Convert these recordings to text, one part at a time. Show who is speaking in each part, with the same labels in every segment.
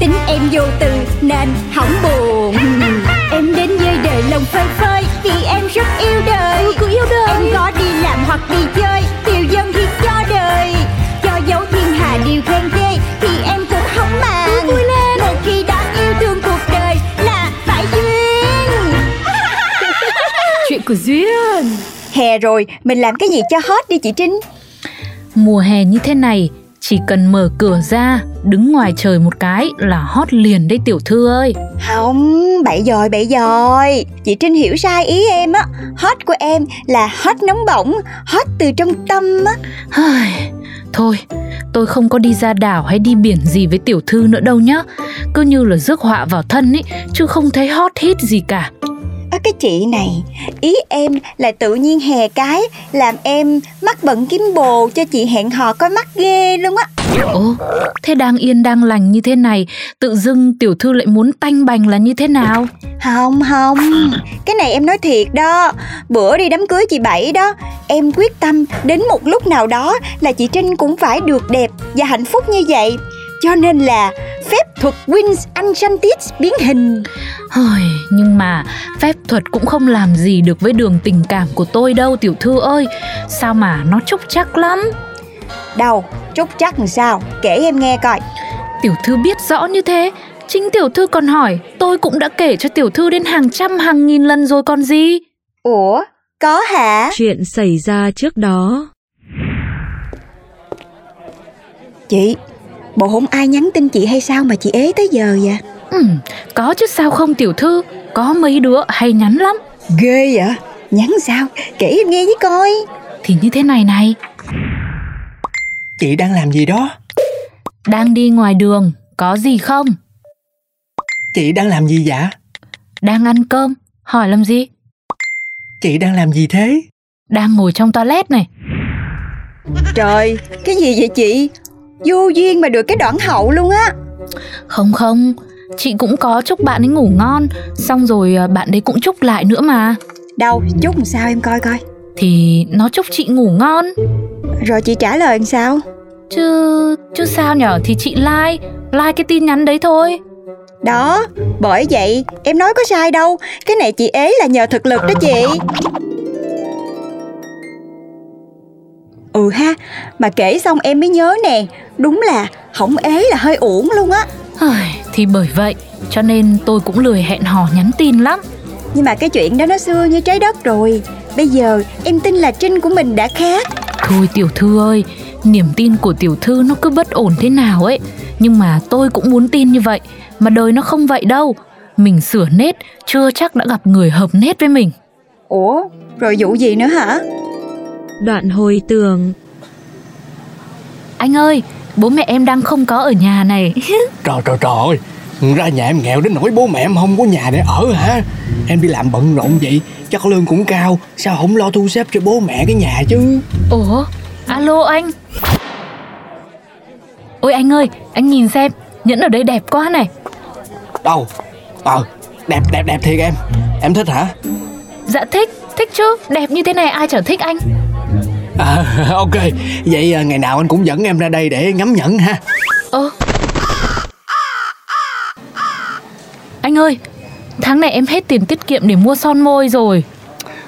Speaker 1: Tính em vô từ nên hỏng buồn Em đến với đời lòng phơi phơi Vì em rất yêu đời
Speaker 2: cứ yêu đời.
Speaker 1: Em có đi làm hoặc đi chơi Tiêu dân thì cho đời Cho dấu thiên hà điều khen ghê Thì em cũng không màng vui lên Một khi đã yêu thương cuộc đời Là phải duyên
Speaker 2: Chuyện của Duyên
Speaker 1: Hè rồi, mình làm cái gì cho hot đi chị Trinh
Speaker 3: Mùa hè như thế này chỉ cần mở cửa ra đứng ngoài trời một cái là hot liền đấy tiểu thư ơi
Speaker 1: Không, bậy rồi, bậy rồi Chị Trinh hiểu sai ý em á Hot của em là hot nóng bỏng Hot từ trong tâm á
Speaker 3: Hây, thôi tôi không có đi ra đảo hay đi biển gì với tiểu thư nữa đâu nhá cứ như là rước họa vào thân ấy chứ không thấy hot hit gì cả
Speaker 1: Ơ, Cái chị này Ý em là tự nhiên hè cái Làm em mắc bận kiếm bồ Cho chị hẹn hò coi mắt ghê luôn á
Speaker 3: ồ thế đang yên đang lành như thế này tự dưng tiểu thư lại muốn tanh bành là như thế nào
Speaker 1: Không không Cái này em nói thiệt đó Bữa đi đám cưới chị Bảy đó Em quyết tâm đến một lúc nào đó Là chị Trinh cũng phải được đẹp Và hạnh phúc như vậy Cho nên là phép thuật Wins Enchanted biến hình
Speaker 3: Hời, nhưng mà phép thuật cũng không làm gì được với đường tình cảm của tôi đâu tiểu thư ơi Sao mà nó trúc chắc lắm
Speaker 1: Đâu, trúc chắc làm sao Kể em nghe coi
Speaker 3: Tiểu thư biết rõ như thế Chính tiểu thư còn hỏi Tôi cũng đã kể cho tiểu thư đến hàng trăm hàng nghìn lần rồi còn gì
Speaker 1: Ủa, có hả
Speaker 4: Chuyện xảy ra trước đó.
Speaker 1: Chị, bộ không ai nhắn tin chị hay sao Mà chị ế tới giờ vậy
Speaker 3: Ừm, Có chứ sao không tiểu thư Có mấy đứa hay nhắn lắm
Speaker 1: Ghê vậy Nhắn sao, kể em nghe với coi
Speaker 3: Thì như thế này này
Speaker 5: Chị đang làm gì đó?
Speaker 3: Đang đi ngoài đường Có gì không
Speaker 5: Chị đang làm gì dạ?
Speaker 3: Đang ăn cơm Hỏi làm gì
Speaker 5: Chị đang làm gì thế?
Speaker 3: Đang ngồi trong toilet này
Speaker 1: Trời, cái gì vậy chị Vô duyên mà được cái đoạn hậu luôn á
Speaker 3: Không không Chị cũng có chúc bạn ấy ngủ ngon Xong rồi à, bạn ấy cũng chúc lại nữa mà
Speaker 1: Đâu, chút làm sao em coi coi
Speaker 3: Thì nó chúc chị ngủ ngon
Speaker 1: Rồi chị trả lời làm sao
Speaker 3: Chứ chứ sao nhở Thì chị like Like cái tin nhắn đấy thôi
Speaker 1: Đó, bởi vậy em nói có sai đâu Cái này chị ế là nhờ thực lực đó chị Ừ ha, mà kể xong em mới nhớ nè Đúng là không ế là hơi uổng luôn á
Speaker 3: Ai, Thì bởi vậy Cho nên tôi cũng lười hẹn hò nhắn tin lắm
Speaker 1: Nhưng mà cái chuyện đó nó xưa như trái đất rồi Bây giờ em tin là Trinh của mình đã khác
Speaker 3: Thôi tiểu thư ơi Niềm tin của tiểu thư nó cứ bất ổn thế nào ấy Nhưng mà tôi cũng muốn tin như vậy Mà đời nó không vậy đâu Mình sửa nết Chưa chắc đã gặp người hợp nết với mình
Speaker 1: Ủa, rồi vụ gì nữa hả?
Speaker 4: Đoạn hồi tưởng.
Speaker 3: Anh ơi Bố mẹ em đang không có ở nhà này
Speaker 5: Trời trời trời Ra nhà em nghèo đến nỗi bố mẹ em không có nhà để ở hả Em đi làm bận rộn vậy Chắc lương cũng cao Sao không lo thu xếp cho bố mẹ cái nhà chứ
Speaker 3: Ủa, alo anh Ôi anh ơi, anh nhìn xem Nhẫn ở đây đẹp quá này
Speaker 5: Đâu Ờ Đẹp đẹp đẹp thiệt em Em thích hả
Speaker 3: Dạ thích, thích chứ Đẹp như thế này ai chả thích anh
Speaker 5: à, Ok Vậy à, ngày nào anh cũng dẫn em ra đây để ngắm nhẫn ha
Speaker 3: Ơ Anh ơi Tháng này em hết tiền tiết kiệm để mua son môi rồi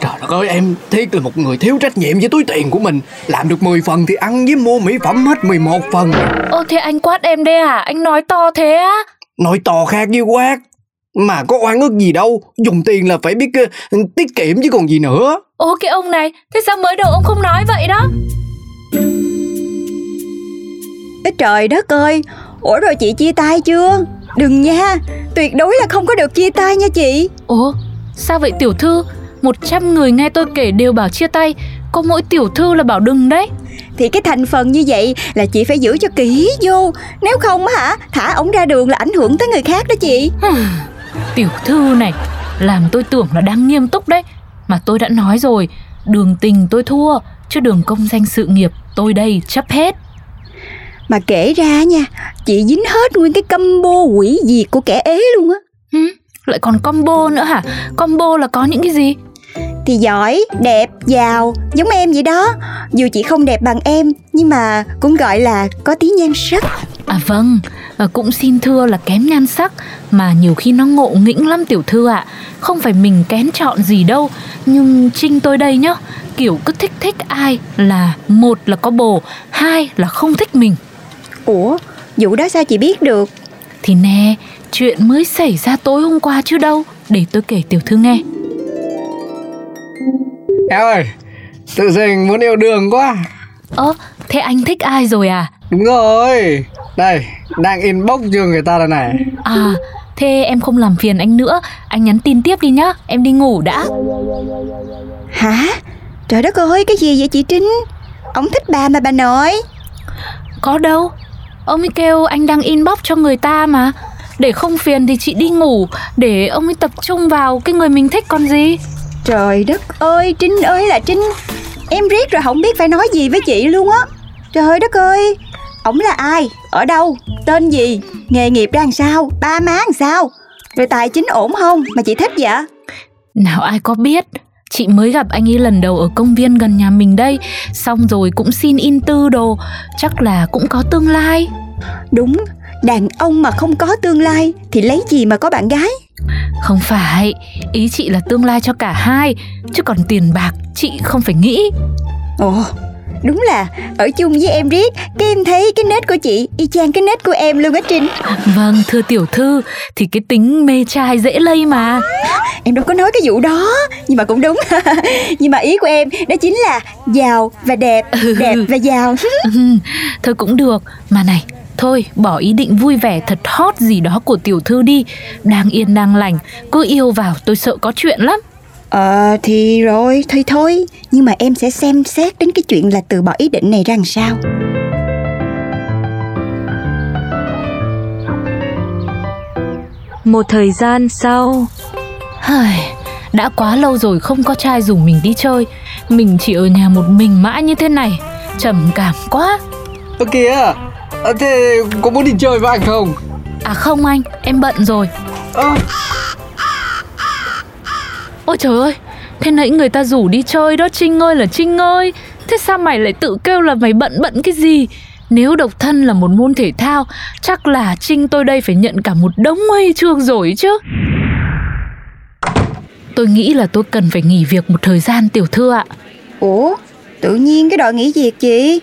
Speaker 5: Trời đất ơi em Thiết là một người thiếu trách nhiệm với túi tiền của mình Làm được 10 phần thì ăn với mua mỹ phẩm hết 11 phần
Speaker 3: Ô thế anh quát em đây à Anh nói to thế á
Speaker 5: Nói to khác với quát Mà có oan ức gì đâu Dùng tiền là phải biết ờ, tiết kiệm chứ còn gì nữa
Speaker 3: Ô cái ông này Thế sao mới đầu ông không nói vậy đó
Speaker 1: Ê trời đất ơi Ủa rồi chị chia tay chưa Đừng nha Tuyệt đối là không có được chia tay nha chị
Speaker 3: Ồ sao vậy tiểu thư 100 người nghe tôi kể đều bảo chia tay Có mỗi tiểu thư là bảo đừng đấy
Speaker 1: Thì cái thành phần như vậy là chị phải giữ cho kỹ vô Nếu không á hả Thả ổng ra đường là ảnh hưởng tới người khác đó chị
Speaker 3: Tiểu thư này Làm tôi tưởng là đang nghiêm túc đấy Mà Mà tôi đã nói rồi, đường tình tôi thua, chứ đường công danh sự nghiệp tôi đây chấp hết.
Speaker 1: Mà kể ra nha Chị dính hết nguyên cái combo quỷ diệt của kẻ ế luôn á
Speaker 3: Hứ, lại còn combo nữa hả? Combo là có những cái gì?
Speaker 1: Thì giỏi, đẹp, giàu Giống em vậy đó Dù chị không đẹp bằng em Nhưng mà cũng gọi là có tí nhan sắc
Speaker 3: À vâng, ờ, cũng xin thưa là kém nhan sắc mà nhiều khi nó ngộ nghĩnh lắm tiểu thư ạ. Không phải mình kén chọn gì đâu, nhưng trinh tôi đây nhá, kiểu cứ thích thích ai là một là có bồ, hai là không thích mình.
Speaker 1: Ủa, vụ đó sao chị biết được
Speaker 3: Thì nè, chuyện mới xảy ra tối hôm qua chứ đâu, để tôi kể tiểu thư nghe.
Speaker 5: Em ơi, tự dưng muốn yêu đường quá
Speaker 3: Ơ, thế anh thích ai rồi à?
Speaker 5: Đúng rồi Đây, đang inbox cho người ta đây này
Speaker 3: À, thế em không làm phiền anh nữa, anh nhắn tin tiếp đi nhá, em đi ngủ đã.
Speaker 1: Hả? Trời đất ơi, cái gì vậy chị Trinh? Ông thích bà mà bà nội
Speaker 3: Có đâu Ông ấy kêu anh đang inbox cho người ta mà Để không phiền thì chị đi ngủ Để ông ấy tập trung vào cái người mình thích còn gì
Speaker 1: Trời đất ơi, Trinh ơi là Trinh Em riết rồi không biết phải nói gì với chị luôn á Trời đất ơi Ổng là ai, ở đâu, tên gì Nghề nghiệp ra làm sao, ba má làm sao Rồi tài chính ổn không mà chị thích vậy
Speaker 3: Nào ai có biết Chị mới gặp anh ấy lần đầu ở công viên gần nhà mình đây Xong rồi cũng xin in tư đồ Chắc là cũng có tương lai
Speaker 1: Đúng, đàn ông mà không có tương lai Thì lấy gì mà có bạn gái
Speaker 3: Không phải Ý chị là tương lai cho cả hai Chứ còn tiền bạc chị không phải nghĩ
Speaker 1: Ồ, đúng là ở chung với em riết Cái em thấy cái nết của chị Y chang cái nết của em luôn á Trinh
Speaker 3: Vâng thưa tiểu thư Thì cái tính mê trai dễ lây mà
Speaker 1: em đâu có nói cái vụ đó nhưng mà cũng đúng nhưng mà ý của em đó chính là giàu và đẹp đẹp và giàu
Speaker 3: Ừm, thôi cũng được mà này thôi bỏ ý định vui vẻ thật hot gì đó của tiểu thư đi đang yên đang lành cứ yêu vào tôi sợ có chuyện lắm
Speaker 1: ờ thì rồi thôi thôi nhưng mà em sẽ xem xét đến cái chuyện là từ bỏ ý định này ra làm sao
Speaker 4: Một thời gian sau,
Speaker 3: Hời, đã quá lâu rồi không có trai rủ mình đi chơi mình chỉ ở nhà một mình mãi như thế này trầm cảm quá
Speaker 5: Ơ kìa, ờ, thế có muốn đi chơi với anh không?
Speaker 3: à không anh em bận rồi
Speaker 5: Ơ,
Speaker 3: ôi trời ơi thế nãy người ta rủ đi chơi đó trinh ơi là trinh ơi thế sao mày lại tự kêu là mày bận bận cái gì nếu độc thân là một môn thể thao chắc là trinh tôi đây phải nhận cả một đống huy chương rồi chứ tôi nghĩ là tôi cần phải nghỉ việc một thời gian tiểu thư ạ
Speaker 1: ủa tự nhiên cái đòi nghỉ việc chị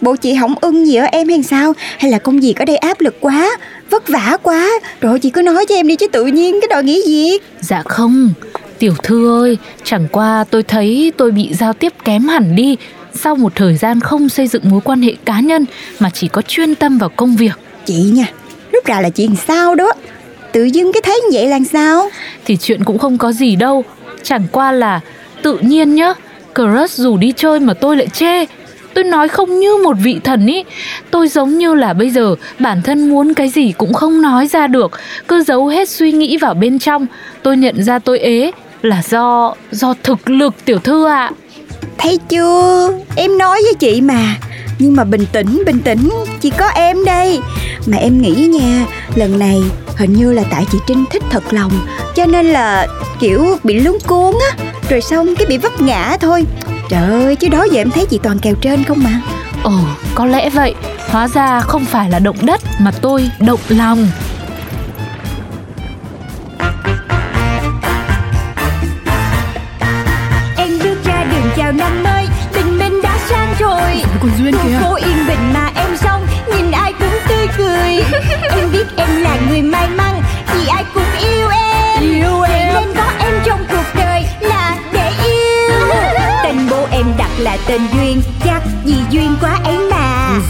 Speaker 1: bộ chị không ưng gì ở em hay sao hay là công việc ở đây áp lực quá vất vả quá rồi chị cứ nói cho em đi chứ tự nhiên cái đòi nghỉ việc
Speaker 3: dạ không tiểu thư ơi chẳng qua tôi thấy tôi bị giao tiếp kém hẳn đi sau một thời gian không xây dựng mối quan hệ cá nhân mà chỉ có chuyên tâm vào công việc
Speaker 1: chị nha lúc nào là chị làm sao đó tự dưng cái thấy như vậy là làm sao
Speaker 3: thì chuyện cũng không có gì đâu chẳng qua là tự nhiên nhá crush dù đi chơi mà tôi lại chê tôi nói không như một vị thần ý tôi giống như là bây giờ bản thân muốn cái gì cũng không nói ra được cứ giấu hết suy nghĩ vào bên trong tôi nhận ra tôi ế là do do thực lực tiểu thư ạ
Speaker 1: Thấy chưa, em nói với chị mà Nhưng mà bình tĩnh, bình tĩnh, chỉ có em đây Mà em nghĩ nha, lần này hình như là tại chị Trinh thích thật lòng Cho nên là kiểu bị lúng cuốn á Rồi xong cái bị vấp ngã thôi Trời ơi, chứ đó giờ em thấy chị toàn kèo trên không mà
Speaker 3: ồ có lẽ vậy hóa ra không phải là động đất mà tôi động lòng
Speaker 1: Em bước ra đường chào năm mới, tình mình đã sang rồi
Speaker 2: Con Duyên
Speaker 1: Khu
Speaker 2: kìa
Speaker 1: phố yên bình mà em xong Nhìn ai cũng tươi cười Em biết em là người may mắn Vì ai cũng yêu em Yêu em Nên có em trong cuộc đời Là để yêu Tên bố em đặt là tên Duyên Chắc vì duyên quá ấy mà
Speaker 2: Con